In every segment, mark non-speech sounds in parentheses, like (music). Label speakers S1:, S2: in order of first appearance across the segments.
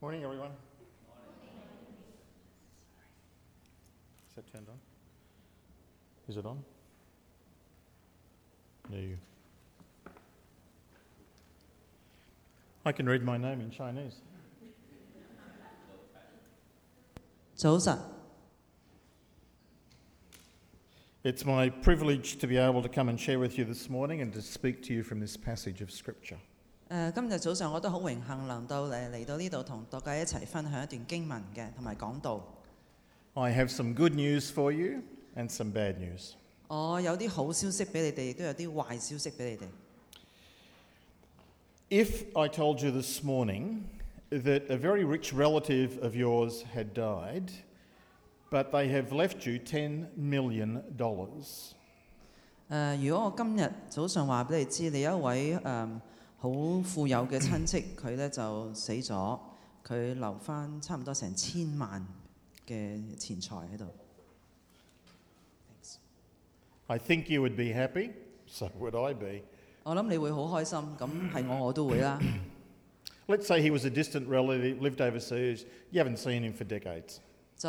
S1: Morning, everyone. Is that turned on? Is it on? There you. I can read my name in Chinese.
S2: 早晨，
S1: It's my privilege to be able to come and share with you this morning and to speak to you from this passage of Scripture.
S2: 誒、呃今日早上我都好榮幸能到嚟嚟到呢度同大家一齊分享一段經文嘅，同埋講道。
S1: I have some good news for you and some bad news.
S2: 我有啲好消息俾你哋，亦都有啲壞消息俾你哋。
S1: If I told you this morning that a very rich relative of yours had died, but they have left you $10 million,
S2: 誒、呃如果我今日早上話俾你知，你有一位誒好、富有嘅親戚，佢咧就死咗，佢留翻差唔多成千萬嘅錢財喺度。
S1: I think you would be happy, so would I be.
S2: 我諗你會好開心，咁係我我都會啦。
S1: Let's say he was a distant relative, lived overseas, you haven't seen him for decades.
S2: 就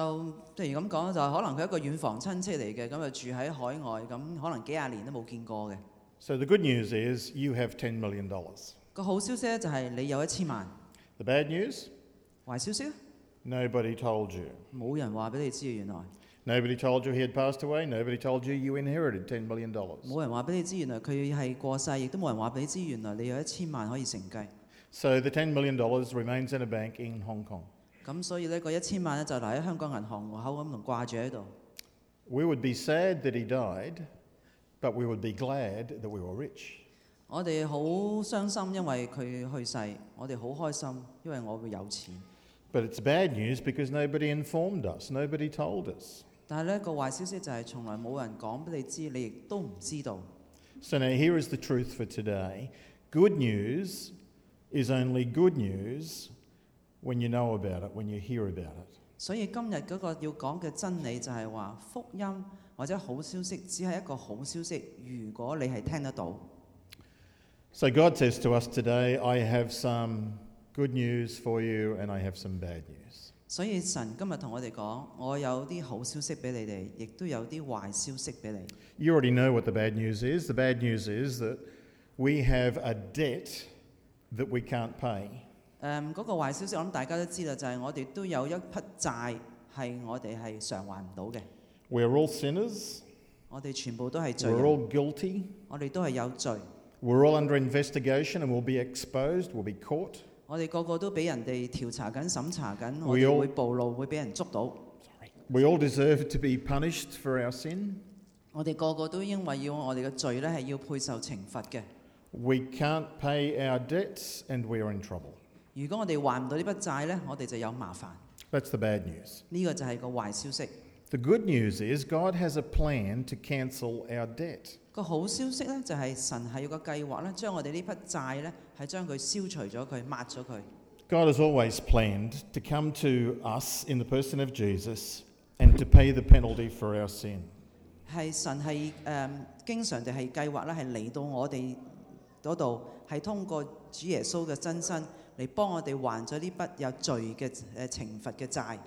S2: 譬如咁講，就可能佢一個遠房親戚嚟嘅，咁啊住喺海外，咁可能幾廿年都冇見過嘅。
S1: So the good news is you have $10 million. The
S2: 個好消息咧就係你有一千萬，
S1: bad news?
S2: 壞消息呢啊
S1: Nobody told you.
S2: 冇人話俾你知，啊原來
S1: Nobody told you he had passed away. Nobody told you you inherited $10 million.
S2: 冇人話俾你知，原來佢係過世，亦都冇人話俾你知，原來你有一千萬可以承繼。
S1: So the $10 million remains in a bank in Hong Kong.
S2: 咁所以呢，個一千萬咧就留喺香港銀行戶口咁同掛住喺度。
S1: We would be sad that he died, but we would be glad that we were rich.
S2: 我哋好傷心，因為佢去世；我哋好開心，因為我會有錢。
S1: But it's bad news because nobody informed us, nobody told us.
S2: 但係呢個壞消息就係從來冇人講俾你知，你亦都唔知道。
S1: So now here is the truth for today good news is only good news when you know about it, when you hear about it.
S2: 所以今日嗰個要講嘅真理就係話，福音或者好消息只係一個好消息，如果你係聽得到。
S1: So God says to us today, I have some good news for you and I have some bad news.
S2: 所以神今日同我哋講，我有啲好消息俾你哋，亦都有啲壞消息俾你。
S1: You already know what the bad news is. The bad news is that we have a debt that we can't pay.
S2: 誒嗯嗰個壞消息，我諗大家都知啦，就係我哋都有一筆債係我哋係償還唔到嘅。
S1: We're all sinners.
S2: 我哋全部都係罪
S1: We're
S2: 人，
S1: all guilty.
S2: 我哋都係有罪，
S1: We're all under investigation and will be exposed, we'll be caught.
S2: 我哋個個都俾人哋調查緊、審查緊，我
S1: We all-
S2: 哋會暴露，會俾人捉到。
S1: We all deserve to be punished for our sin.
S2: 我哋個個都因為要我哋嘅罪咧，係要配受懲罰嘅。
S1: We can't pay our debts and we are in trouble.
S2: 如果我哋還唔到呢筆債呢，我哋就有麻煩。
S1: That's the bad news.
S2: 呢、個就係個壞消息。
S1: The good news is God has a plan to cancel our debt.
S2: 個好消息呢，就係神係有個計劃呢，將我哋呢筆債呢，係將佢消除咗佢，抹咗佢。
S1: God has always planned to come to us in the person of Jesus and to pay the penalty for our sin.
S2: 係神係誒、嗯經常地係計劃呢，係嚟到我哋嗰度，係通過主耶穌嘅真身嚟幫我哋還咗呢筆有罪嘅誒懲罰嘅債。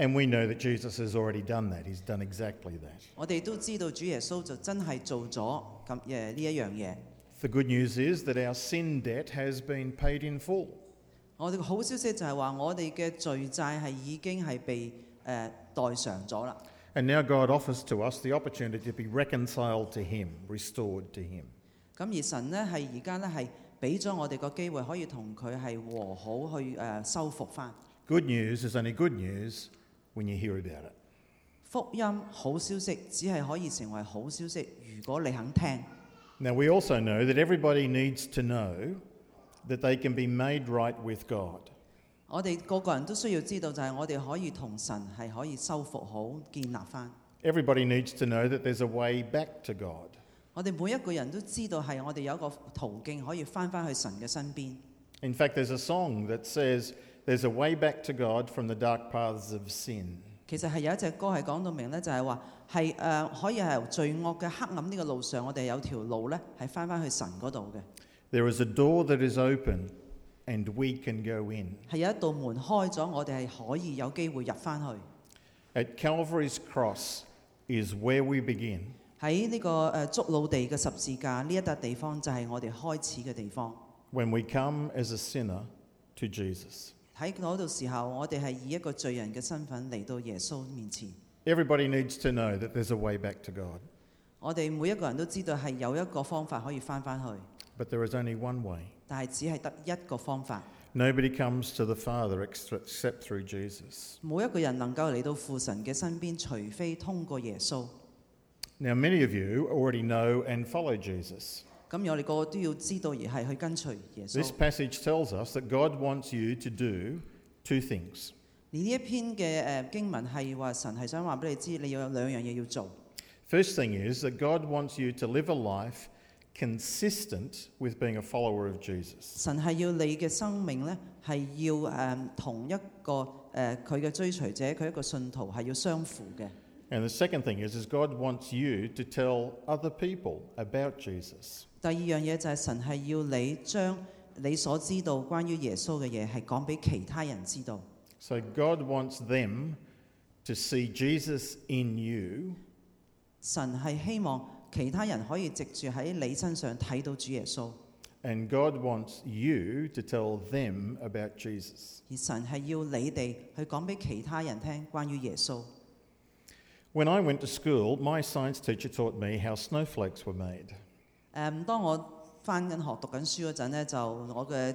S1: And we know that Jesus has already done that. He's done exactly that.
S2: 我哋都知道主耶穌就真係做咗咁誒呢一樣嘢。
S1: The good news is that our sin debt has been paid in full.
S2: 我哋嘅好消息就係話，我哋嘅罪債係已經係被誒、呃代償咗啦。
S1: And now God offers to us the opportunity to be reconciled to Him, restored to Him.
S2: 咁而神呢，係而家呢，係俾咗我哋個機會，可以同佢係和好去誒、呃修復翻。
S1: Good news is only good news when you hear about it.
S2: 福音好消息只係可以成為好消息，如果你肯聽。
S1: Now, we also know that everybody needs to know that they can be made right with God.
S2: 我哋個個人都需要知道，就係我哋可以同神係可以修復好、建立翻。
S1: Everybody needs to know that there's a way back to God.
S2: 我哋每一個人都知道係我哋有一個途徑可以翻翻去神嘅身邊。
S1: In fact, there's a song that says, There's a way back to God from the dark paths of sin.
S2: 其實係有一隻歌係講到明咧，就係話係誒可以係由罪惡嘅黑暗呢個路上，我哋有條路咧係翻翻去神嗰度嘅。
S1: There is a door that is open and we can go in.
S2: 係有一道門開咗，我哋係可以有機會入翻去。
S1: At Calvary's cross is where we begin.
S2: 喺呢個誒竹老地嘅十字架呢一笪地方，就係我哋開始嘅地方。
S1: when we come as a sinner to Jesus.
S2: 喺嗰度時候，我哋係以一個罪人嘅身份嚟到耶穌面前。
S1: Everybody needs to know that there's a way back to God,
S2: 我哋每一個人都知道係有一個方法可以翻翻去，
S1: but there is only one way.
S2: 但係只係得一個方法。
S1: Nobody comes to the Father ex- except through Jesus.
S2: 冇一個人能夠嚟到父神嘅身邊，除非通過耶穌。
S1: Now, many of you already know and follow Jesus.
S2: 咁我哋個個都要知道，而係去跟隨耶
S1: This
S2: 穌。
S1: passage tells us that God wants you to do two things.
S2: 而呢一篇嘅誒經文係話神係想話俾你知，你要有兩樣嘢要做。
S1: First thing is that God wants you to live a life consistent with being a follower of Jesus.
S2: 神係要你嘅生命呢，係要誒、嗯同一個誒佢嘅追隨者，佢一個信徒係要相符嘅。
S1: And the second thing is, is God wants you to tell other people about Jesus.
S2: 第二樣嘢就係神係要你將你所知道關於耶穌嘅嘢係講俾其他人知道。
S1: So God wants them to see Jesus in you
S2: 神係希望其他人可以藉住喺你身上睇到主耶穌，
S1: and God wants you to tell them about Jesus.
S2: 而神係要你哋去講俾其他人聽關於耶穌。
S1: When I went to school, my science teacher taught me how snowflakes were made.
S2: 誒、當我翻緊學讀緊書嗰陣呢，就我嘅誒、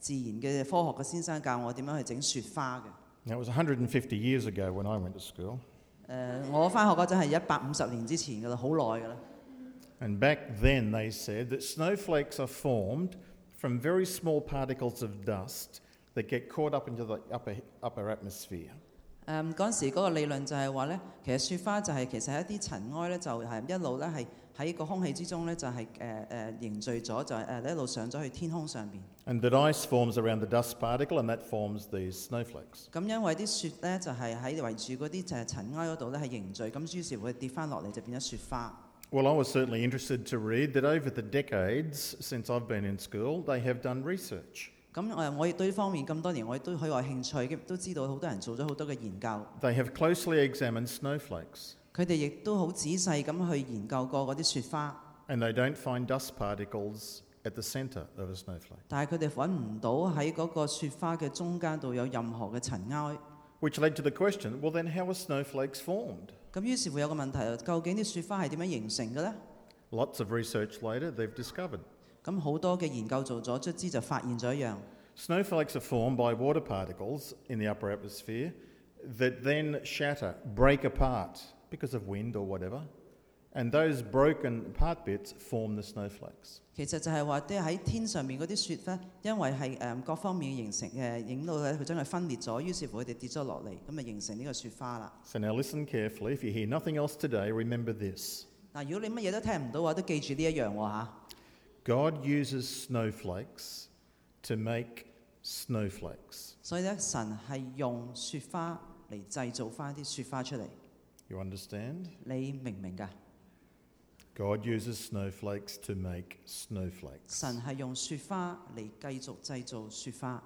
S2: 自然嘅科學嘅先生教我點樣去整雪花嘅。
S1: Now, it was 150 years ago when I went to school.
S2: 誒、我翻學嗰陣係一百五十年之前㗎啦，好耐㗎啦。
S1: And back then, they said that snowflakes are formed from very small particles of dust that get caught up into the upper, upper atmosphere.
S2: 誒嗰陣時嗰個理論就係話咧，其實雪花就係、其實係一啲塵埃咧，就係、一路咧係喺個空氣之中咧，就係誒誒凝聚咗，就係、誒一路上咗去天空上邊。
S1: And that ice forms around the dust particle, and that forms these snowflakes.
S2: 咁因為啲雪咧就係、喺圍住嗰啲就係塵埃嗰度咧係凝聚，咁於是會跌翻落嚟就變咗雪花。
S1: Well, I was certainly interested to read that over the decades since I've been in school, they have done research.
S2: 咁誒、我亦對呢方面咁多年，我亦都好有興趣，亦都知道好多人做咗好多嘅研究，
S1: They have closely examined snowflakes,
S2: 佢哋亦都好仔細咁去研究過嗰啲雪花。
S1: and they don't find dust particles at the centre of a snowflake,
S2: 但係佢哋揾唔到喺嗰個雪花嘅中間度有任何嘅塵埃，
S1: which led to the question well, then how are snowflakes formed?
S2: 咁於是會有個問題，究竟啲雪花係點樣形成嘅呢？
S1: Lots of research later, they've discovered
S2: 咁好多嘅研究做咗，卒之就發現咗一樣，
S1: snowflakes are formed by water particles in the upper atmosphere that then shatter, break apart because of wind or whatever, and those broken part bits form the snowflakes.
S2: 其實就係話啲喺天上面嗰啲雪咧，因為係誒、嗯各方面形成誒影到咧，佢將佢分裂咗，於是乎佢哋跌咗落嚟，咁就形成呢個雪花啦。
S1: So now listen carefully. If you hear nothing else today, remember this
S2: 嗱，如果你乜嘢都聽唔到嘅話，都記住呢一樣喎嚇。
S1: God uses snowflakes to make snowflakes.
S2: 所以咧，神係用雪花嚟製造翻啲雪花出嚟，
S1: You understand?
S2: 你明唔明㗎？
S1: God uses snowflakes to make snowflakes.
S2: 神係用雪花嚟繼續製造雪花。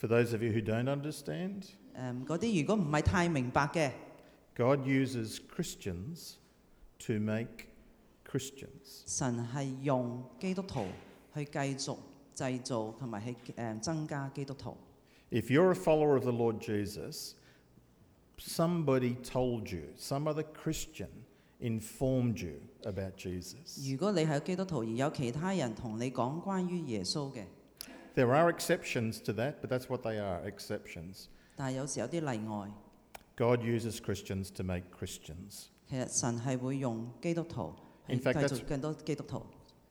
S1: For those of you who don't understand,
S2: 誒嗰啲如果唔係太明白嘅，
S1: God uses Christians to make Christians.
S2: 神係用基督徒去繼續製造同埋係誒增加基督徒。
S1: If you're a follower of the Lord Jesus, somebody told you, some other Christian informed you about Jesus.
S2: 如果你係基督徒而有其他人同你講關於耶穌嘅，
S1: There are exceptions to that, but that's what they are exceptions.
S2: 但係有時有啲例外，
S1: God uses Christians to make Christians.
S2: 其實神係會用基督徒去
S1: In
S2: 繼
S1: fact,
S2: 續更多基督徒。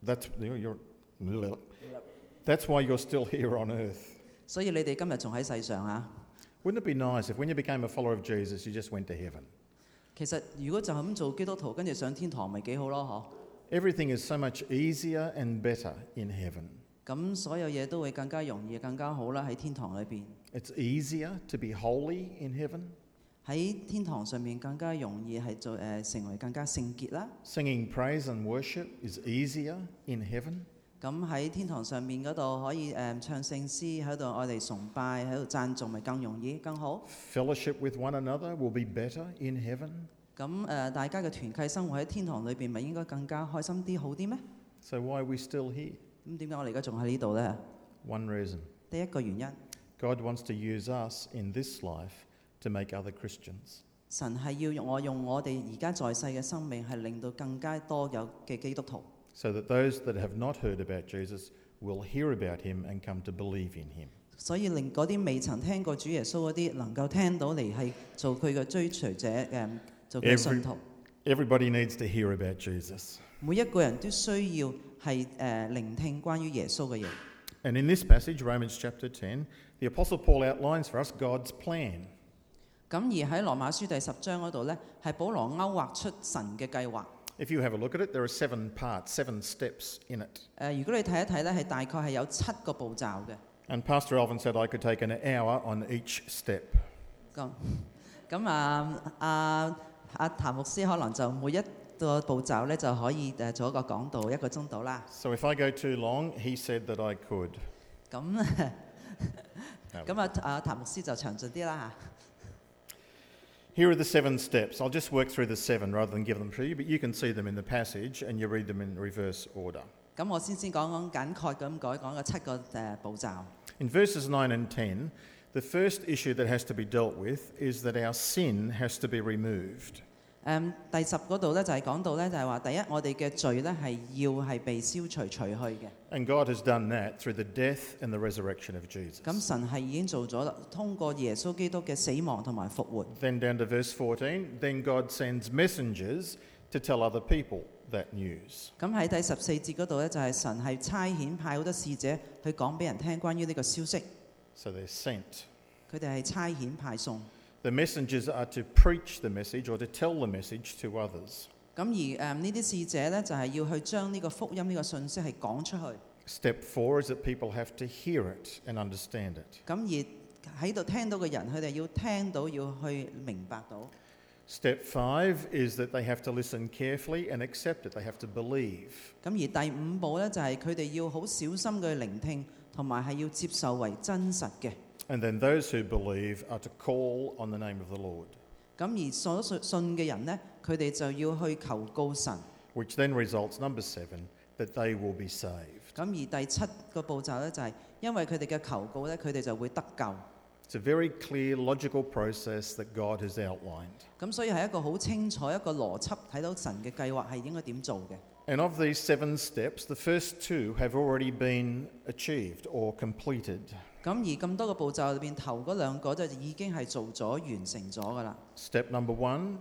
S1: That's, you're, you're- that's why you're still here on earth.
S2: 所以你哋今日仲喺世上啊！
S1: Wouldn't it be nice if when you became a follower of Jesus, you just went to heaven?
S2: 其實如果就咁做基督徒，跟住上天堂咪幾好咯？
S1: Everything is so much easier and better in heaven.
S2: 嗬！咁所有嘢都會更加容易、更加好啦。喺天堂裏邊，
S1: It's easier to be holy in heaven.
S2: 喺天堂上面更加容易係做誒、成為更加聖潔啦。
S1: Singing praise and worship is easier in heaven.
S2: 咁喺天堂上面嗰度可以誒、唱聖詩，喺度愛嚟崇拜，喺度讚頌，咪更容易更好。
S1: Fellowship with one another will be better in heaven.
S2: 咁誒、呃大家嘅團契生活喺天堂裏邊，咪應該更加開心啲、好啲咩？
S1: So why are we still here?
S2: 咁點解我哋而家仲喺呢度呢？
S1: One reason
S2: 第一個原因，
S1: God wants to use us in this life to make other Christians.
S2: 神係要用我用我哋而家在世嘅生命，係令到更加多有嘅基督徒，
S1: so that those that have not heard about Jesus will hear about him and come to believe in him.
S2: 所以令嗰啲未曾聽過主耶穌嗰啲，能夠聽到嚟係做佢嘅追隨者誒、做佢嘅
S1: Every-
S2: 信徒。
S1: Everybody needs to hear about Jesus.
S2: 每一個人都需要係誒、呃聆聽關於耶穌嘅嘢。
S1: And in this passage, Romans chapter 10, the Apostle Paul outlines for us God's plan.
S2: 咁而喺羅馬書第十章嗰度呢，係保羅勾畫出神嘅計劃。誒、
S1: If you have a look at it, there are seven parts, seven steps in it.
S2: 如果你睇一睇呢，係大概係有七個步驟嘅。
S1: And Pastor Alvin said I could take an hour on each step.
S2: 咁咁啊啊啊譚牧師可能就每一個步驟呢，就可以誒做一個講道一個鐘度啦。
S1: So if I go too long, he said that I could.
S2: 咁
S1: No.
S2: (laughs) 咁啊啊譚牧師就詳盡啲啦嚇。
S1: Here are the seven steps. I'll just work through the seven rather than give them to you, but you can see them in the passage and you read them in reverse order.
S2: 咁我先先講講簡概咁改講個七個誒步驟。
S1: In verses 9 and 10, the first issue that has to be dealt with is that our sin has to be removed.
S2: 誒、第十嗰度咧就係、講到咧就係、話，第一我哋嘅罪咧係要係被消除除去嘅。
S1: And God has done that through the death and the resurrection of Jesus.
S2: 咁神係已經做咗啦，通過耶穌基督嘅死亡同埋復活。
S1: Then down to verse 14, then God sends messengers to tell other people that news.
S2: 咁喺第十四節嗰度咧就係、神係差遣派好多使者去講俾人聽關於呢個消息，
S1: So they're sent.
S2: 佢哋係差遣派送。
S1: The messengers are to preach the message or to tell the message to others.
S2: 咁而誒呢啲使者咧就係、要去將呢個福音呢個信息係講出去。
S1: Step four is that people have to hear it and understand it.
S2: 咁而喺度聽到嘅人，佢哋要聽到要去明白到。
S1: Step five is that they have to listen carefully and accept it, they have to believe.
S2: 咁而第五步咧，就係佢哋要好小心嘅聆聽，同埋係要接受為真實嘅。
S1: And then those who believe are to call on the name of the Lord,
S2: 咁而所信信嘅人呢，佢哋就要去求告神。
S1: which then results, number seven, that they will be saved.
S2: 咁而第七個步驟呢，就係、因為佢哋嘅求告呢，佢哋就會得救。
S1: It's a very clear, logical process that God has outlined.
S2: 咁所以係一個好清楚一個邏輯，睇到神嘅計劃係應該點做嘅。
S1: And of these seven steps, the first two have already been achieved or completed.
S2: 咁而咁多個步驟裏邊，頭嗰兩個就已經係做咗完成咗㗎啦。
S1: Step number one,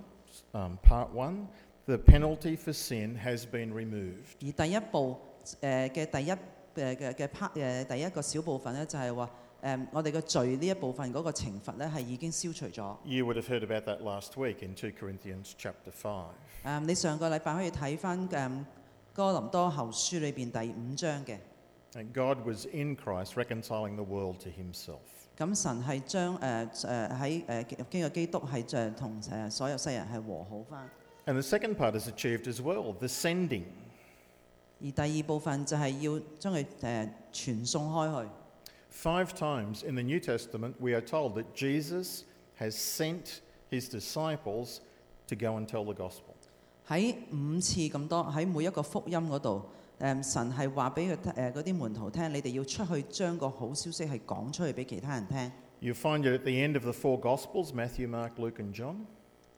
S1: um, part one, the penalty for sin has been removed.
S2: 而第一步誒嘅、第一誒嘅嘅 part 誒第一個小部分咧，就係話誒我哋嘅罪呢一部分嗰個懲罰咧係已經消除咗。誒、
S1: You would have heard about that last week in 2 Corinthians chapter 5.
S2: 你上個禮拜可以睇翻誒哥林多後書裏邊第五章嘅，
S1: And God was in Christ reconciling the world to himself.
S2: 咁神係將誒誒喺誒經過基督係誒同誒所有世人係和好翻。
S1: And the second part is achieved as well the sending.
S2: 而第二部分就係要將佢誒傳送開去。
S1: Five times in the New Testament, we are told that Jesus has sent his disciples to go and tell the gospel.
S2: 喺五次咁多，喺每一個福音嗰度，誒、呃神係話俾佢聽誒嗰啲門徒聽，你哋要出去將個好消息係講出去俾其他人聽。
S1: You find it at the end of the four gospels Matthew, Mark, Luke, and John.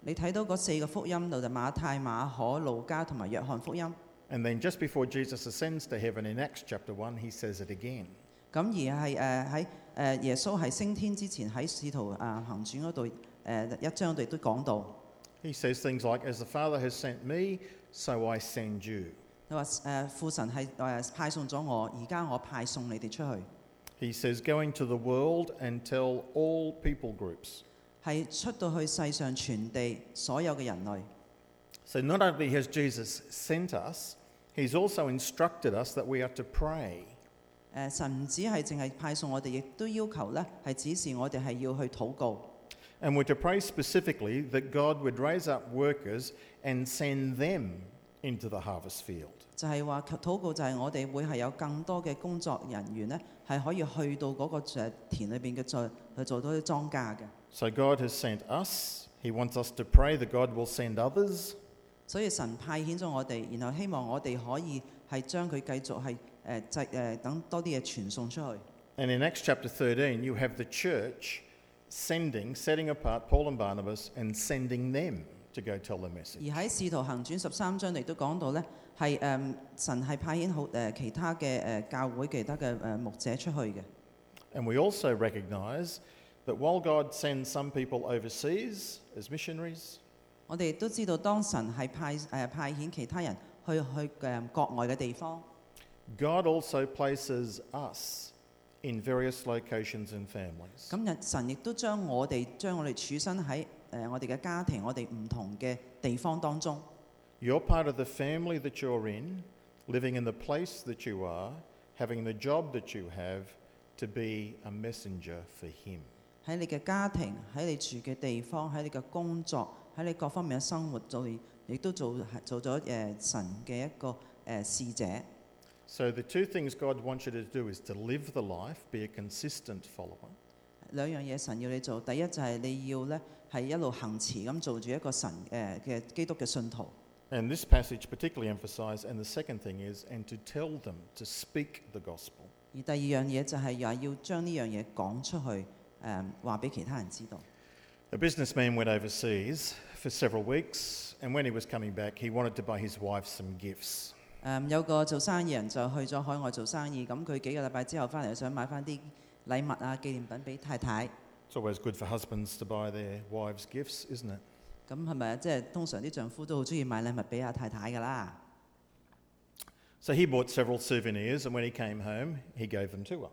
S2: 你睇到嗰四個福音度就馬太、馬可、路加同埋約翰福音。
S1: And then just before Jesus ascends to heaven in Acts chapter 1, he says it again.
S2: 咁而係誒喺誒耶穌係升天之前喺使徒啊行傳嗰度誒一章，我哋都講到，
S1: He says things like, As the Father has sent me, so I send you.
S2: 佢話誒父神係誒、呃派送咗我，而家我派送你哋出去，
S1: He says, Go into the world and tell all people groups.
S2: 係出到去世上全地所有嘅人類。
S1: So not only has Jesus sent us, he's also instructed us that we are to pray.
S2: 誒呃神唔止係淨係派送我哋，亦都要求咧係指示我哋係要去禱告。
S1: And we're to pray specifically that God would raise up workers and send them into the harvest field.
S2: 就係話求禱告就係我哋會係有更多嘅工作人員呢，係可以去到嗰個誒田裏邊嘅再去做到啲莊稼嘅。
S1: So God has sent us. He wants us to pray that God will send others.
S2: 所以神派遣咗我哋，然後希望我哋可以係將佢繼續係誒製誒等多啲嘢傳送出去。
S1: And in Acts chapter 13, you have the church sending, setting apart Paul and Barnabas and sending them to go tell the message.
S2: 而喺《使徒行傳》十三章亦都講到呢，係誒、嗯神係派遣好誒、呃其他嘅誒、呃教會、其他嘅誒、呃牧者出去嘅。
S1: And we also recognize that while God sends some people overseas as missionaries,
S2: 我哋亦都知道，當神係派誒、呃派遣其他人去去誒、呃、國外嘅地方，
S1: God also places us in various locations and families.
S2: 咁日神亦都將我哋將我哋處身喺誒、呃我哋嘅家庭、我哋唔同嘅地方當中。
S1: You're part of the family that you're in, living in the place that you are, having the job that you have, to be a messenger for Him.
S2: 喺你嘅家庭、喺你住嘅地方、喺你嘅工作、喺你各方面嘅生活，做亦都做做咗誒、呃神嘅一個誒、呃、使者。
S1: So, the two things God wants you to do is to live the life, be a consistent follower,
S2: 兩樣嘢神要你做，第一就係你要咧係一路行持咁做住一個神誒嘅、基督嘅信徒。
S1: and this passage particularly emphasised, and the second thing is, and to tell them to speak the gospel.
S2: 而第二樣嘢就係又係要將呢樣嘢講出去，誒話俾其他人知道。
S1: A businessman went overseas for several weeks, and when he was coming back, he wanted to buy his wife some gifts.
S2: 誒、有個做生意人就去咗海外做生意，咁佢幾個禮拜之後翻嚟就想買翻啲禮物啊、紀念品俾太太。
S1: It's always good for husbands to buy their wives gifts, isn't it?
S2: 咁係咪啊即係通常啲丈夫都好中意買禮物俾阿太太㗎啦？
S1: So he bought several souvenirs, and when he came home, he gave them to her.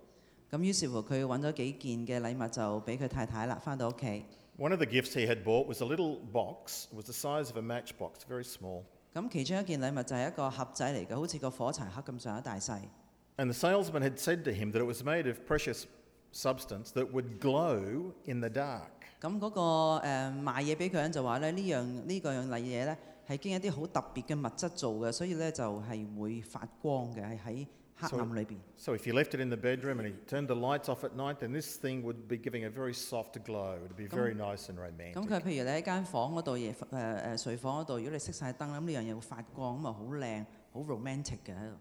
S2: 咁於是乎佢揾咗幾件嘅禮物就俾佢太太啦，翻到屋企。
S1: One of the gifts he had bought was a little box. It was the size of a matchbox, very small.
S2: 咁其中一件禮物就係一個盒仔嚟嘅，好似個火柴盒咁上下大細。
S1: And the salesman had said to him that it was made of precious substance that would glow in the dark.
S2: 咁嗰、個誒、呃、賣嘢俾佢人就話咧，呢樣呢個樣禮嘢咧係經一啲好特別嘅物質做嘅，所以咧就係、會發光嘅，係喺黑暗裏邊。
S1: So if you left it in the bedroom and he turned the lights off at night, then this thing would be giving a very soft glow. It would be very nice and
S2: 咁
S1: romantic.
S2: 佢譬如你喺間房嗰度夜誒誒睡房嗰度，如果你熄晒燈，咁呢樣嘢會發光，咁啊好靚，好 romantic 嘅喺度。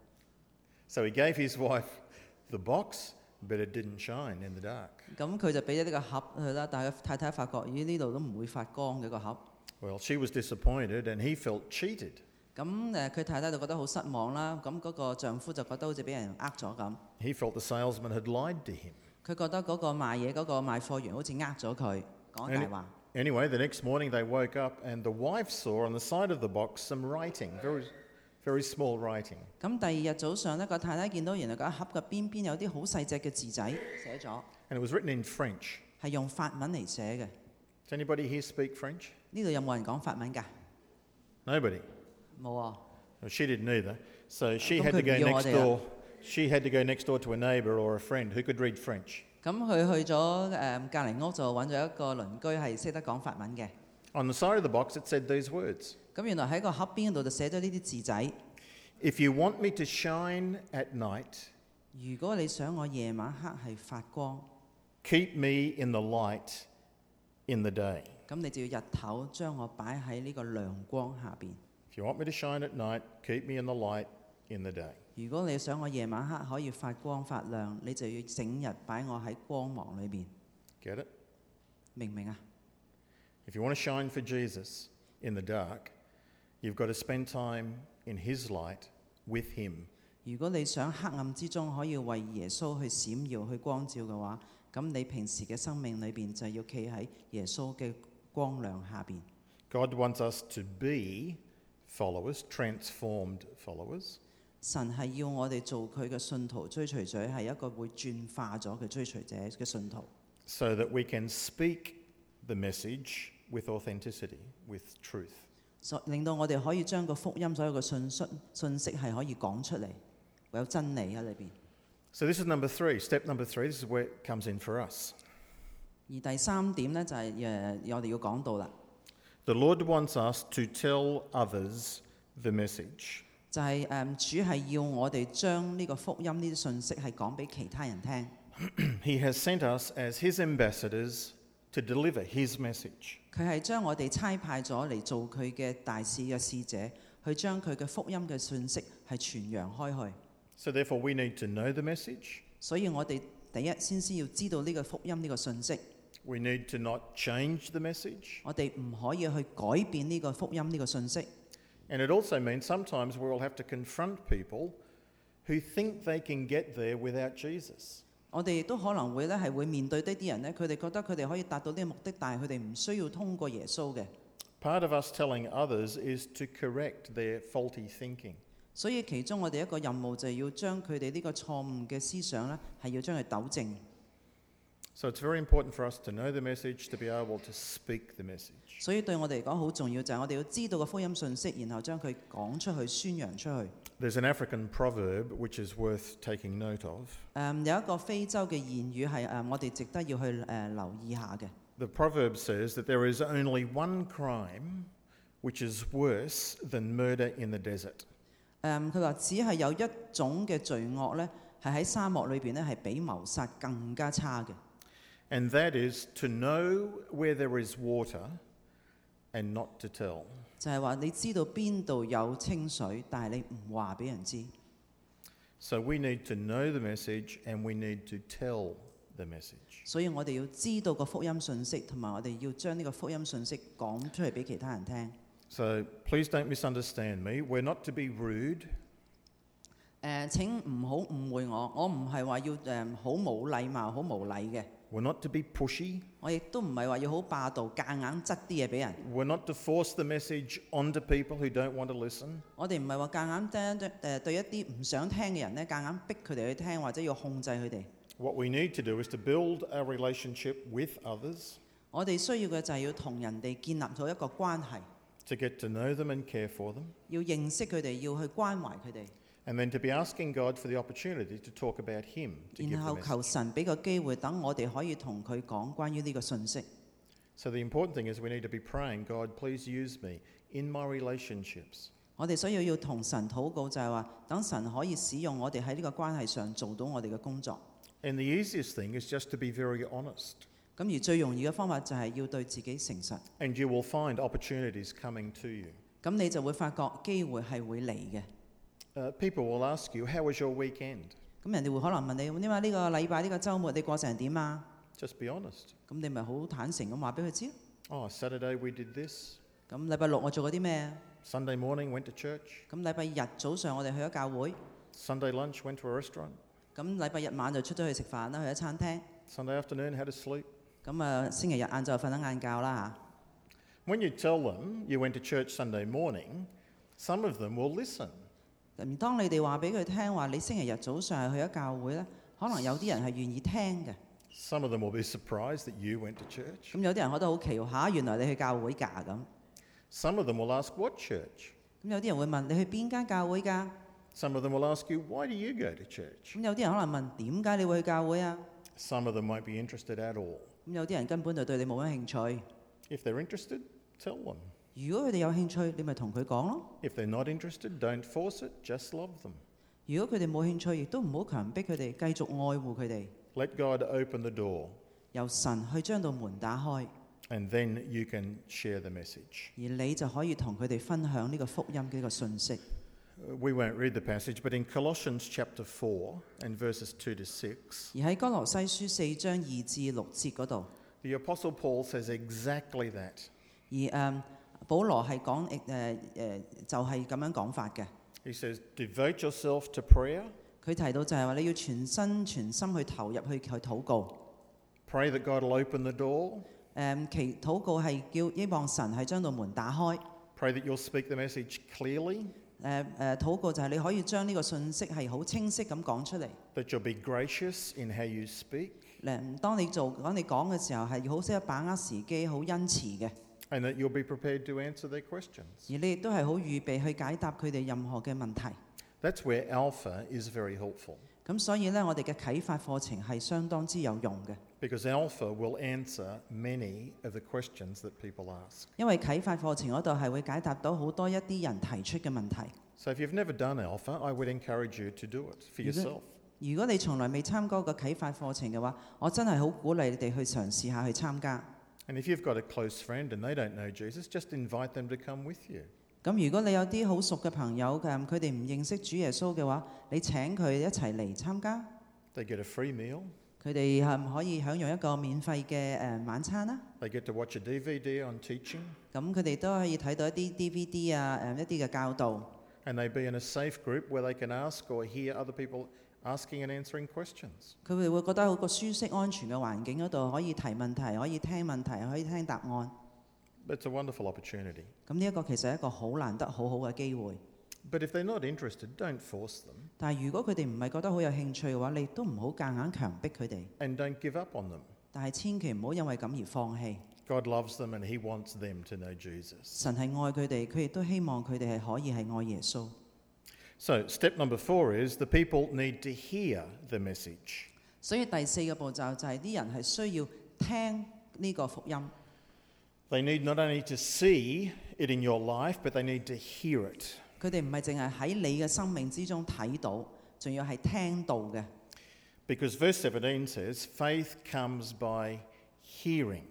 S1: So he gave his wife the box, but it didn't shine in the dark.
S2: 咁佢就俾咗呢個盒佢啦，但係佢太太發覺，咦呢度都唔會發光嘅個盒。
S1: Well, she was disappointed and he felt cheated.
S2: 咁誒佢太太就覺得好失望啦。咁嗰個丈夫就覺得好似俾人呃咗咁，
S1: He felt the salesman had lied to him.
S2: 佢覺得嗰個賣嘢嗰個賣貨員好似呃咗佢，講大話。
S1: Anyway, the next morning they woke up and the wife saw on the side of the box some writing, very, very small writing.
S2: 咁第二日早上呢個太太見到原來個盒嘅邊邊有啲好細隻嘅字仔寫咗，
S1: And it was written in French.
S2: 係用法文嚟寫嘅。
S1: Does anybody here speak French?
S2: 呢度有冇人講法文㗎？
S1: Nobody.
S2: 冇啊。
S1: Well, she didn't either. So she
S2: Không
S1: had to
S2: cần
S1: go
S2: vô
S1: next
S2: đây ạ.
S1: door. She had to go next door to a neighbour or a friend who could read French.
S2: 咁佢去咗誒隔離屋就揾咗一個鄰居係識得講法文嘅。
S1: On the side of the box, it said these words
S2: 咁原來喺個盒邊度就寫咗呢啲字仔。
S1: If you want me to shine at night,
S2: 如果你想我夜晚黑係發光，
S1: keep me in the light in the day.
S2: 咁你就要日頭將我擺喺呢個亮光下邊。
S1: If you want me to shine at night, keep me in the light in the day.
S2: 如果你想我夜晚黑可以發光發亮，你就要整日擺我喺光芒裏邊，
S1: Get it?
S2: 明唔明啊？
S1: If you want to shine for Jesus in the dark, you've got to spend time in His light with Him.
S2: 如果你想黑暗之中可以為耶穌去閃耀、去光照嘅話，咁你平時嘅生命裏邊就要企喺耶穌嘅光亮下邊。
S1: God wants us to be followers, transformed followers.
S2: 神係要我哋做佢嘅信徒，追隨者係一個會轉化咗嘅追隨者嘅信徒，
S1: so that we can speak the message with authenticity, with truth.
S2: 所令到我哋可以將個福音所有嘅信息信息係可以講出嚟，有真理喺裏邊。
S1: So, this is number three. Step number three, this is where it comes in for us.
S2: 而第三點呢，就係、誒，我哋要講到啦。
S1: The Lord wants us to tell others the message.
S2: 就係、誒、主係要我哋將呢個福音呢啲信息係講俾其他人聽。
S1: He has sent us as His ambassadors to deliver His message.
S2: 佢係將我哋差派咗嚟做佢嘅大使嘅使者，去將佢嘅福音嘅信息係傳揚開去。
S1: So, therefore, we need to know the message.
S2: 所以我哋第一先先要知道呢個福音呢個信息，
S1: We need to not change the message.
S2: 我哋唔可以去改變呢個福音呢個信息。
S1: And it also means sometimes we will have to confront people who think they can get there without Jesus.
S2: 我哋亦都可能會咧係會面對呢啲人咧，佢哋覺得佢哋可以達到呢個目的，但係佢哋唔需要通過耶穌嘅。
S1: Part of us telling others is to correct their faulty thinking.
S2: 所以其中我哋一個任務就係要將佢哋呢個錯誤嘅思想咧，係要將佢糾正。
S1: So it's very important for us to know the message, to be able to speak the message.
S2: 所以對我哋嚟講好重要就係我哋要知道個福音信息，然後將佢講出去、宣揚出去。
S1: There's an African proverb which is worth taking note of.
S2: 誒、有一個非洲嘅諺語係誒、我哋值得要去誒、留意下嘅。
S1: The proverb says that there is only one crime which is worse than murder in the desert.
S2: 誒佢話只係有一種嘅罪惡呢，係喺沙漠裏邊呢，係比謀殺更加差嘅。
S1: And that is to know where there is water and not to tell.
S2: 就係話你知道邊度有清水，但係你唔話俾人知。
S1: So we need to know the message and we need to tell the message.
S2: 所以我哋要知道個福音信息，同埋我哋要將呢個福音信息講出嚟俾其他人聽。誒、
S1: So please don't misunderstand me. We're not to be rude.
S2: 呃請唔好誤會我，我唔係話要誒好冇禮貌、好無禮嘅，
S1: We're not to be pushy.
S2: 我亦都唔係話要好霸道、夾硬執啲嘢俾人。
S1: We're not to force the message onto people who don't want to listen.
S2: 我哋唔係話夾硬聽誒對一啲唔想聽嘅人呢，夾硬逼佢哋去聽，或者要控制佢哋。
S1: What we need to do is to build our relationship with others,
S2: 我哋需要嘅就係要同人哋建立到一個關係，
S1: to get to know them and care for them,
S2: 要認識佢哋，要去關懷佢哋，
S1: and then to be asking God for the opportunity to talk about Him. To give
S2: 然
S1: the
S2: 後
S1: message.
S2: 求神俾個機會，等我哋可以同佢講關於呢個信息。
S1: So the important thing is we need to be praying, God, please use me in my relationships.
S2: 我哋需要要同神禱告，就係話等神可以使用我哋喺呢個關係上做到我哋嘅工作。
S1: And the easiest thing is just to be very honest.
S2: 咁而最容易嘅方法就係要對自己誠實，
S1: And you will find opportunities coming to you.
S2: 咁你就會發覺機會係會嚟嘅。
S1: Uh, people will ask you, How was your weekend?
S2: 咁人哋會可能問你，點解呢個禮拜呢個週末你過成點啊？
S1: Just be honest.
S2: 咁你咪好坦誠咁話俾佢知。
S1: Oh, Saturday we did this.
S2: 咁禮拜六我做過啲咩？啊
S1: Sunday morning went to church.
S2: 咁禮拜日早上我哋去咗教會，
S1: Sunday lunch went to a restaurant.
S2: 咁禮拜日晚就出咗去食飯啦，去咗餐廳。
S1: Sunday afternoon had a sleep.
S2: 咁啊，星期日晏晝就瞓得晏覺啦
S1: When you tell them you went to church Sunday morning, some of them will listen.
S2: 嚇。唔當你哋話俾佢聽話，你星期日早上係去咗教會咧，可能有啲人係願意聽嘅。
S1: Some of them will be surprised that you went to church.
S2: 咁有啲人覺得好奇喎嚇，原來你去教會㗎咁。咁
S1: Some of them will ask, What church?
S2: 有啲人會問你去邊間教會㗎？
S1: Some of them will ask you, Why do you go to church?
S2: 咁有啲人可能問點解你會去教會啊？
S1: Some of them won't be interested at all.
S2: 咁有啲人根本就對你冇乜興趣。
S1: If they're interested, tell them.
S2: 如果佢哋有興趣，你咪同佢講咯。
S1: If they're not interested, don't force it, just love them.
S2: 如果佢哋冇興趣，亦都唔好強迫佢哋，繼續愛護佢哋，
S1: Let God open the door,
S2: 由神去將道門打開。
S1: and then you can share the message.
S2: 而你就可以同佢哋分享呢個福音嘅一個信息。
S1: Uh, We won't read the passage, but in Colossians chapter 4 and verses 2 to 6,
S2: 而喺哥羅西書四章二至六節嗰度，
S1: the Apostle Paul says exactly that.
S2: 而誒、嗯保羅係講誒誒誒就係咁樣講法嘅。
S1: He says, Devote yourself to prayer,
S2: 佢提到就係話你要全身全心去投入去去禱告。誒、
S1: pray that God will open the door,
S2: 其禱告係叫希望神係將道門打開。誒、
S1: pray that you'll speak the message clearly,
S2: 誒、呃禱告就係你可以將呢個信息係好清晰咁講出嚟。
S1: that you'll be gracious in how you speak,
S2: 誒，呃當你做講你講嘅時候係要好識得把握時機，好恩慈嘅，
S1: and that you'll be prepared to answer their questions.
S2: 而你亦都係好預備去解答佢哋任何嘅問題。
S1: That's where Alpha is very helpful,
S2: 咁所以咧，我哋嘅啟發課程係相當之有用嘅，
S1: because Alpha will answer many of the questions that people ask.
S2: 因為啟發課程嗰度係會解答到好多一啲人提出嘅問題。
S1: So if you've never done Alpha, I would encourage you to do it for
S2: You don't-
S1: yourself.
S2: 如果你從來未參加過啟發課程嘅話，我真係好鼓勵你哋去嘗試下去參加。
S1: And if you've got a close friend and they don't know Jesus, just invite them to come with you.
S2: 咁如果你有啲好熟嘅朋友嘅，佢哋唔認識主耶穌嘅話，你請佢一齊嚟參加，
S1: They get a free meal,
S2: 佢哋係唔可以享用一個免費嘅誒晚餐啦。
S1: they get to watch a DVD on teaching,
S2: 咁佢哋都可以睇到一啲 DVD 啊，誒一啲嘅教導。
S1: and they be in a safe group where they can ask or hear other people asking and answering questions.
S2: 佢哋會覺得好個舒適安全嘅環境嗰度，可以提問題，可以聽問題，可以聽答案。
S1: It's a wonderful opportunity.
S2: 咁呢一個其實係一個好難得好好嘅機會。
S1: But if they're not interested, don't force them
S2: 但係如果佢哋唔係覺得好有興趣嘅話，你都唔好夾硬強迫佢哋。
S1: and don't give up on them.
S2: 但係千祈唔好因為咁而放棄。
S1: God loves them and He wants them to know Jesus.
S2: 神係愛佢哋，佢亦都希望佢哋係可以係愛耶穌。
S1: So, step number four is the people need to hear the message.
S2: 所以第四個步驟就係啲人係需要聽呢個福音，
S1: They need not only to see it in your life, but they need to hear it.
S2: 佢哋唔係淨係喺你嘅生命之中睇到，仲要係聽到嘅。
S1: Because verse 17 says, faith comes by hearing.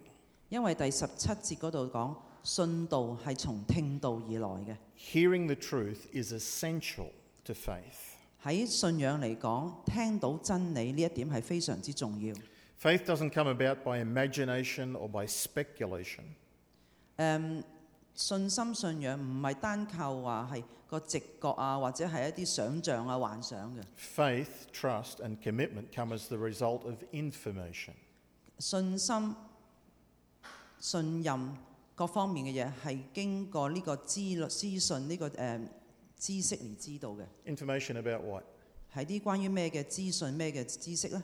S2: 因為第十七節嗰度講，信道係從聽道而來嘅。
S1: Hearing the truth is essential to faith.
S2: 喺信仰嚟講，聽到真理呢一點係非常之重要。誒、
S1: Faith doesn't come about by imagination or by speculation.
S2: 信心信仰唔係單靠話係個直覺啊，或者係一啲想像啊、幻想嘅。
S1: Faith, trust, and commitment come as the result of information.
S2: 信心、信任各方面嘅嘢係經過呢個資律資訊呢、個誒、知識而知道嘅。
S1: Information about what?
S2: 係啲關於咩嘅資訊、咩嘅知識呢？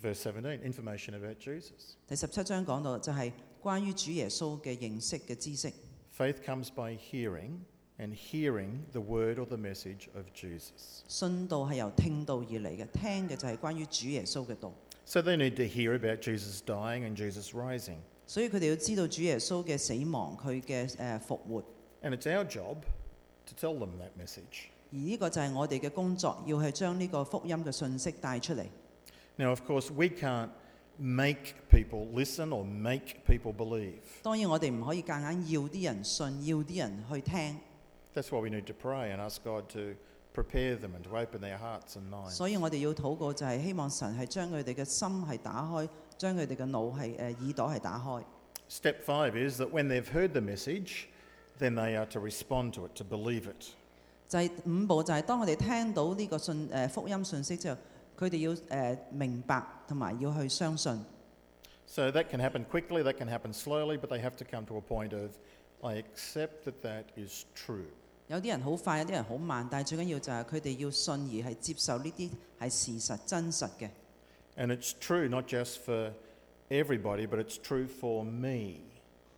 S1: Verse 17, information about Jesus.
S2: 第十七章講到就係關於主耶穌嘅認識嘅知識。
S1: Faith comes by hearing, and hearing the word or the message of Jesus.
S2: 信道係由聽道而嚟嘅，聽嘅就係關於主耶穌嘅道。
S1: So they need to hear about Jesus dying and Jesus rising.
S2: 所以佢哋要知道主耶穌嘅死亡，佢嘅誒復活。
S1: And it's our job to tell them that message.
S2: 而呢個就係我哋嘅工作，要係將呢個福音嘅信息帶出嚟。
S1: Now, of course, we can't make people listen or make people believe.
S2: 當然我哋唔可以夾硬要啲人信，要啲人去聽，
S1: That's why we need to pray and ask God to prepare them and to open their hearts and minds.
S2: 所以我哋要禱告就係希望神係將佢哋嘅心係打開，將佢哋嘅腦係誒耳朵係打開。
S1: Step five is that when they've heard the message, then they are to respond to it, to believe it.
S2: 就係五步，就係當我哋聽到呢個信誒、福音信息之後，佢哋要誒、明白同埋要去相信。
S1: So that can happen quickly, that can happen slowly, but they have to come to a point of, I accept that that is true.
S2: 有啲人好快，有啲人好慢，但係最緊要就係佢哋要信而係接受呢啲係事實真實嘅。
S1: And it's true not just for everybody, but it's true for me.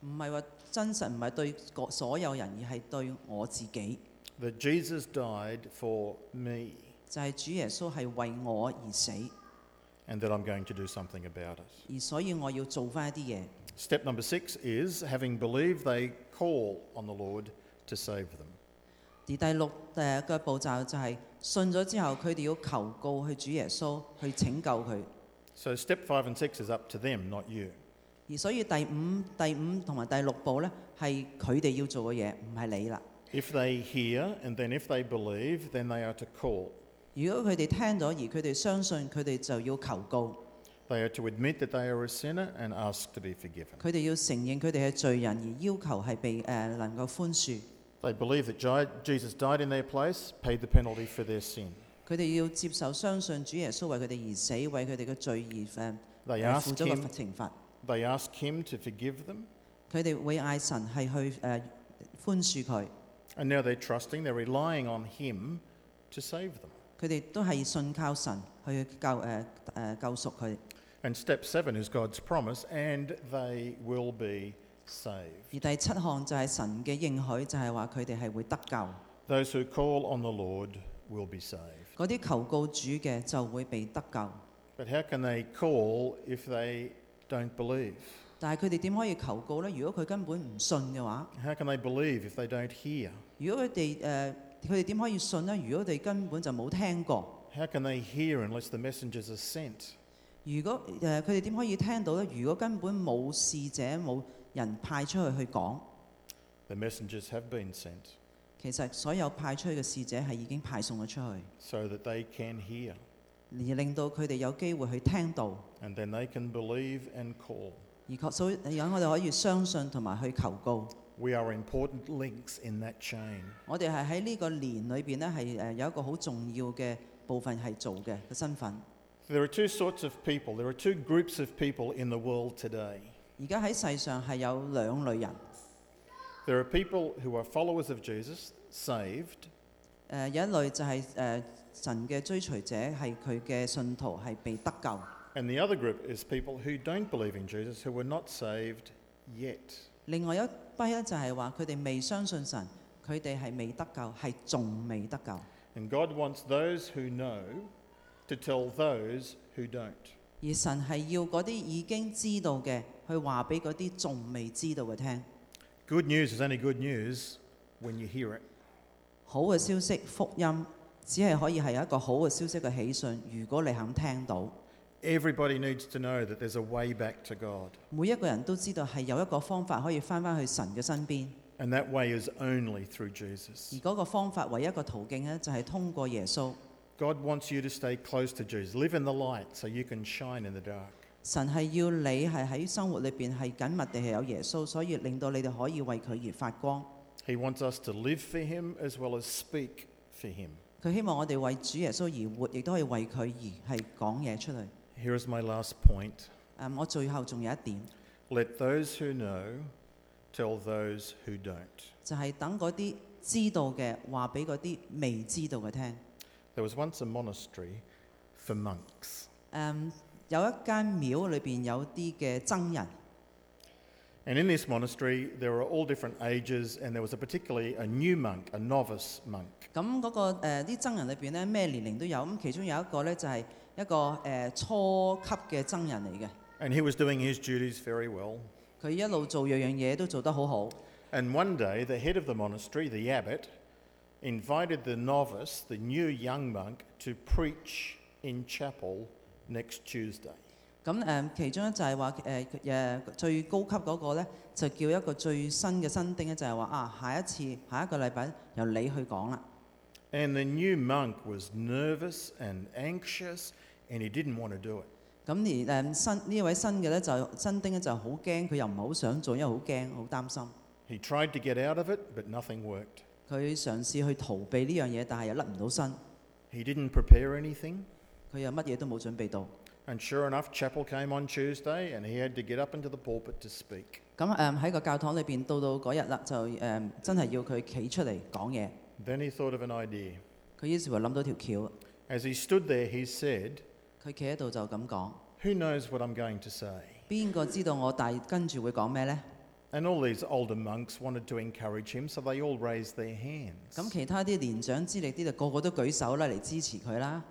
S2: 唔係話真實唔係對個所有人，而係對我自己。
S1: That Jesus died for me
S2: 就係、主耶穌係為我而死，
S1: and that I'm going to do something about it.
S2: 而所以我要做翻一啲嘢。
S1: Step number six is having believed, they call on the Lord to save them.
S2: 而第六誒嘅步驟就係、信咗之後，佢哋要求告去主耶穌去拯救佢。
S1: So step five and six is up to them, not you.
S2: 而所以第五、第五同埋第六步呢，係佢哋要做嘅嘢，唔係你啦。
S1: If they hear and then if they believe, then they are to call.
S2: 如果佢哋聽咗而佢哋相信，佢哋就要求告，
S1: They are to admit that they are a sinner and ask to be forgiven.
S2: 佢哋要承認佢哋係罪人，而要求係被誒、呃能夠寬恕。
S1: They believe that Ji- Jesus died in their place, paid the penalty for their sin.
S2: 佢哋要接受相信主耶穌為佢哋而死，為佢哋嘅罪而
S1: They
S2: 誒付
S1: ask
S2: 咗個
S1: him,
S2: 罰懲罰。
S1: they ask him to forgive them,
S2: 佢哋會嗌神係去誒、呃、寬恕佢，
S1: and now they're trusting, they're relying on him to save them.
S2: 佢哋都係信靠神去救誒誒、呃救贖佢。
S1: And step seven is God's promise, and they will be saved.
S2: 而第七項就係神嘅應許，就係話佢哋係會得救。
S1: Those who call on the Lord will be saved.
S2: 嗰啲求告主嘅就會被得救，
S1: But how can they call if they don't believe?
S2: 但係佢哋點可以求告呢？如果佢根本唔信嘅話，
S1: How can they believe if they don't hear?
S2: 如果佢哋誒呃佢哋點可以信呢？如果佢哋根本就冇聽過，
S1: How can they hear unless the messengers are sent?
S2: 如果誒佢哋點可以聽到呢？如果根本冇使者冇人派出去去講，
S1: The messengers have been sent
S2: 其實所有派出去嘅使者係已經派送咗出去，而
S1: so that they can hear
S2: 令到佢哋有機會去聽到，
S1: and then they can believe and call.
S2: 而確所以而我哋可以相信同埋去求告。
S1: We are important links in that chain.
S2: 我哋係喺呢個年裏邊呢，係呃誒有一個好重要嘅部分係做嘅嘅身份。
S1: There are two sorts of people, there are two groups of people in the world today.
S2: 而家喺世上係有兩類人，誒、
S1: There are people who are followers of Jesus, saved,
S2: 呃有一類就係、誒、神嘅追隨者，係佢嘅信徒係被得救；
S1: and the other group is people who don't believe in Jesus, who were not saved yet.
S2: 另外一批咧就係話佢哋未相信神，佢哋係未得救，係仲未得救。
S1: And God wants those who know to tell those who don't.
S2: 而神係要嗰啲已經知道嘅，去話俾嗰啲仲未知道嘅聽。
S1: Good news is only good news when you hear it.
S2: 好嘅消息，福音只係可以係有一個好嘅消息嘅喜訊，如果你肯聽到。
S1: Everybody needs to know that there's a way back to God,
S2: 每一個人都知道係有一個方法可以翻返去神嘅身邊，
S1: and that way is only through
S2: 而
S1: Jesus.
S2: 嗰個方法唯一一個途徑呢，就係通過耶穌。
S1: God wants you to stay close to Jesus, live in the light so you can shine in the dark.
S2: 神係要你係喺生活裏邊係緊密地係有耶穌，所以令到你哋可以為佢而發光。
S1: He wants us to live for Him as well as speak for Him.
S2: 佢希望我哋為主耶穌而活，亦都可以為佢而係講嘢出嚟。
S1: Here is my last point
S2: 嗯我最後仲有一點，
S1: let those who know tell those who don't.
S2: 就係等嗰啲知道嘅話俾嗰啲未知道嘅聽。
S1: There was once a monastery for monks,
S2: 嗯有一間廟裏邊有啲嘅僧人。
S1: and in this monastery there were all different ages, and there was a particularly a new monk, a novice monk.
S2: 咁嗰、個呃啲僧人裏邊咧，咩年齡都有。咁其中有一個咧就係、一個誒、呃初級嘅僧人嚟嘅，
S1: And he was doing his duties very well.
S2: 佢一路做樣樣嘢都做得好好。
S1: And one day, the head of the monastery, the abbot, invited the novice, the new young monk, to preach in chapel next Tuesday.
S2: 咁誒、呃其中一就係話誒誒最高級嗰個咧，就叫一個最新嘅新丁咧，就係話啊，下一次下一個禮拜由你去講啦。
S1: And the new monk was nervous and anxious, and he didn't want to do it.
S2: 咁而誒、呃新呢位新嘅咧就新丁咧就好驚，佢又唔係好想做，因為好驚好擔心。
S1: He tried to get out of it, but nothing worked.
S2: 佢嘗試去逃避呢樣嘢，但係又甩唔到身，
S1: He didn't prepare anything.
S2: 佢又乜嘢都冇準備到。
S1: And sure enough, chapel came on Tuesday, and he had to get up into the pulpit to speak.
S2: 咁誒喺個教堂裏邊，到到嗰日啦，就誒、嗯真係要佢企出嚟講嘢。
S1: Then he thought of an idea.
S2: 佢於是乎諗到條橋，
S1: As he stood there, he said,
S2: 佢企喺度就咁講：
S1: Who knows what I'm going to say?
S2: 邊個知道我大跟住會講咩呢？
S1: And all these older monks wanted to encourage him, so they all raised their hands.
S2: 咁其他啲年長資歷啲就個個都舉手啦，嚟支持佢啦。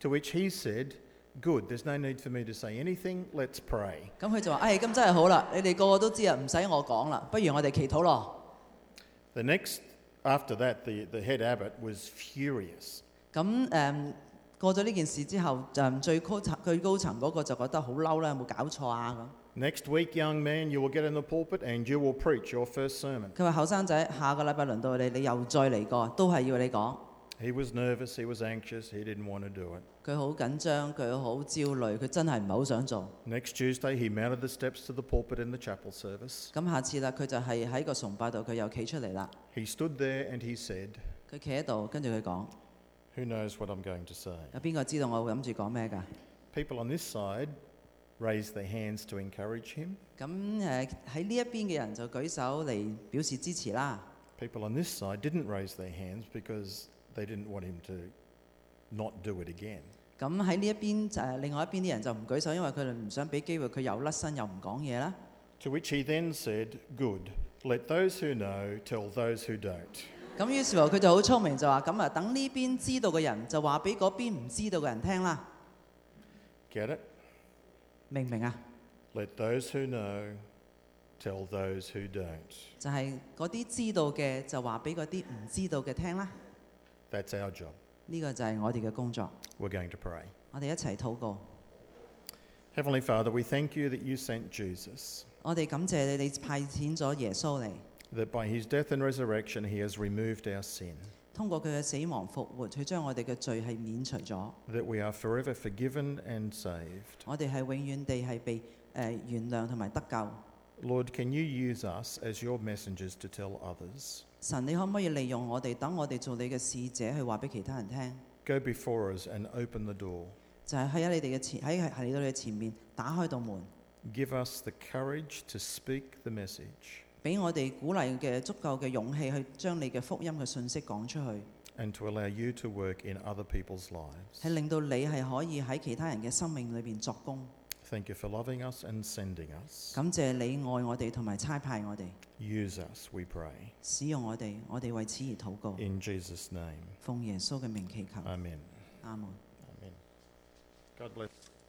S1: To which he said, Good, there's no need for me to say anything, let's pray.
S2: 咁佢就話：，唉、咁真係好啦，你哋個個都知啊，唔使我講啦，不如我哋祈禱咯。
S1: The next, after that, the, the head abbot was furious.
S2: 咁誒、嗯過咗呢件事之後，就、最高層最高層嗰個就覺得好嬲啦，有冇搞錯啊？
S1: Next week, young man, you will get in the pulpit and you will preach your first sermon.
S2: 咁佢話：後生仔，下個禮拜輪到你，你又再嚟過，都係要你講。
S1: He was nervous, he was anxious, he didn't want to do it.
S2: 佢好緊張，佢好焦慮，佢真係唔係好想做。
S1: Next Tuesday, he mounted the steps to the pulpit in the chapel service.
S2: 咁下次啦，佢就係喺個崇拜度，佢又企出嚟啦。
S1: He stood there and he said,
S2: 佢企喺度，跟住佢講：
S1: Who knows what I'm going to say?
S2: 有邊個知道我會諗住講咩㗎？
S1: People on this side raised their hands to encourage him.
S2: 咁誒喺呢一邊嘅人就舉手嚟表示支持啦。
S1: People on this side didn't raise their hands because they didn't want him to not do it again.
S2: 咁喺呢一邊就係另外一邊啲人就唔舉手，因為佢哋唔想俾機會佢又甩身又唔講嘢啦。
S1: To which he then said, Good, let those who know tell those who don't.
S2: 咁於是乎佢就好聰明，就話：咁啊，等呢邊知道嘅人就話俾嗰邊唔知道嘅人聽啦，
S1: Get it?
S2: 明唔明啊？
S1: Let those who know tell those who don't.
S2: 就係嗰啲知道嘅就話俾嗰啲唔知道嘅聽啦。
S1: That's our job.
S2: 呢個就係我哋嘅工作。
S1: We're going to pray.
S2: 我哋一齊禱告。
S1: Heavenly Father, we thank you that you sent Jesus,
S2: 我哋感謝你，你派遣咗耶穌嚟，
S1: that by his death and resurrection, he has removed our sin,
S2: 通過佢嘅死亡復活，佢將我哋嘅罪係免除咗。
S1: that we are forever forgiven and saved.
S2: 我哋係永遠地係被誒、呃原諒同埋得救。
S1: Lord, can you use us as your messengers to tell others?
S2: 神，你可唔可以利用我哋，等我哋做你嘅使者，去話俾其他人聽？
S1: Go before us and open the door.
S2: 就係喺你哋嘅前喺喺你哋嘅前面打開道門，
S1: Give us the courage to speak the message
S2: 俾我哋鼓勵嘅足夠嘅勇氣去將你嘅福音嘅信息講出去，
S1: and to allow you to work in other people's
S2: 係
S1: lives.
S2: 令到你係可以喺其他人嘅生命裏邊作工。
S1: Thank you for loving us and sending us.
S2: 感謝你愛我哋同埋差派我哋，
S1: Use us, we pray.
S2: 使用我哋，我哋為此而禱告，
S1: In Jesus' name.
S2: 奉耶穌嘅名祈求，
S1: Amen.
S2: 阿門。
S1: Amen. God bless.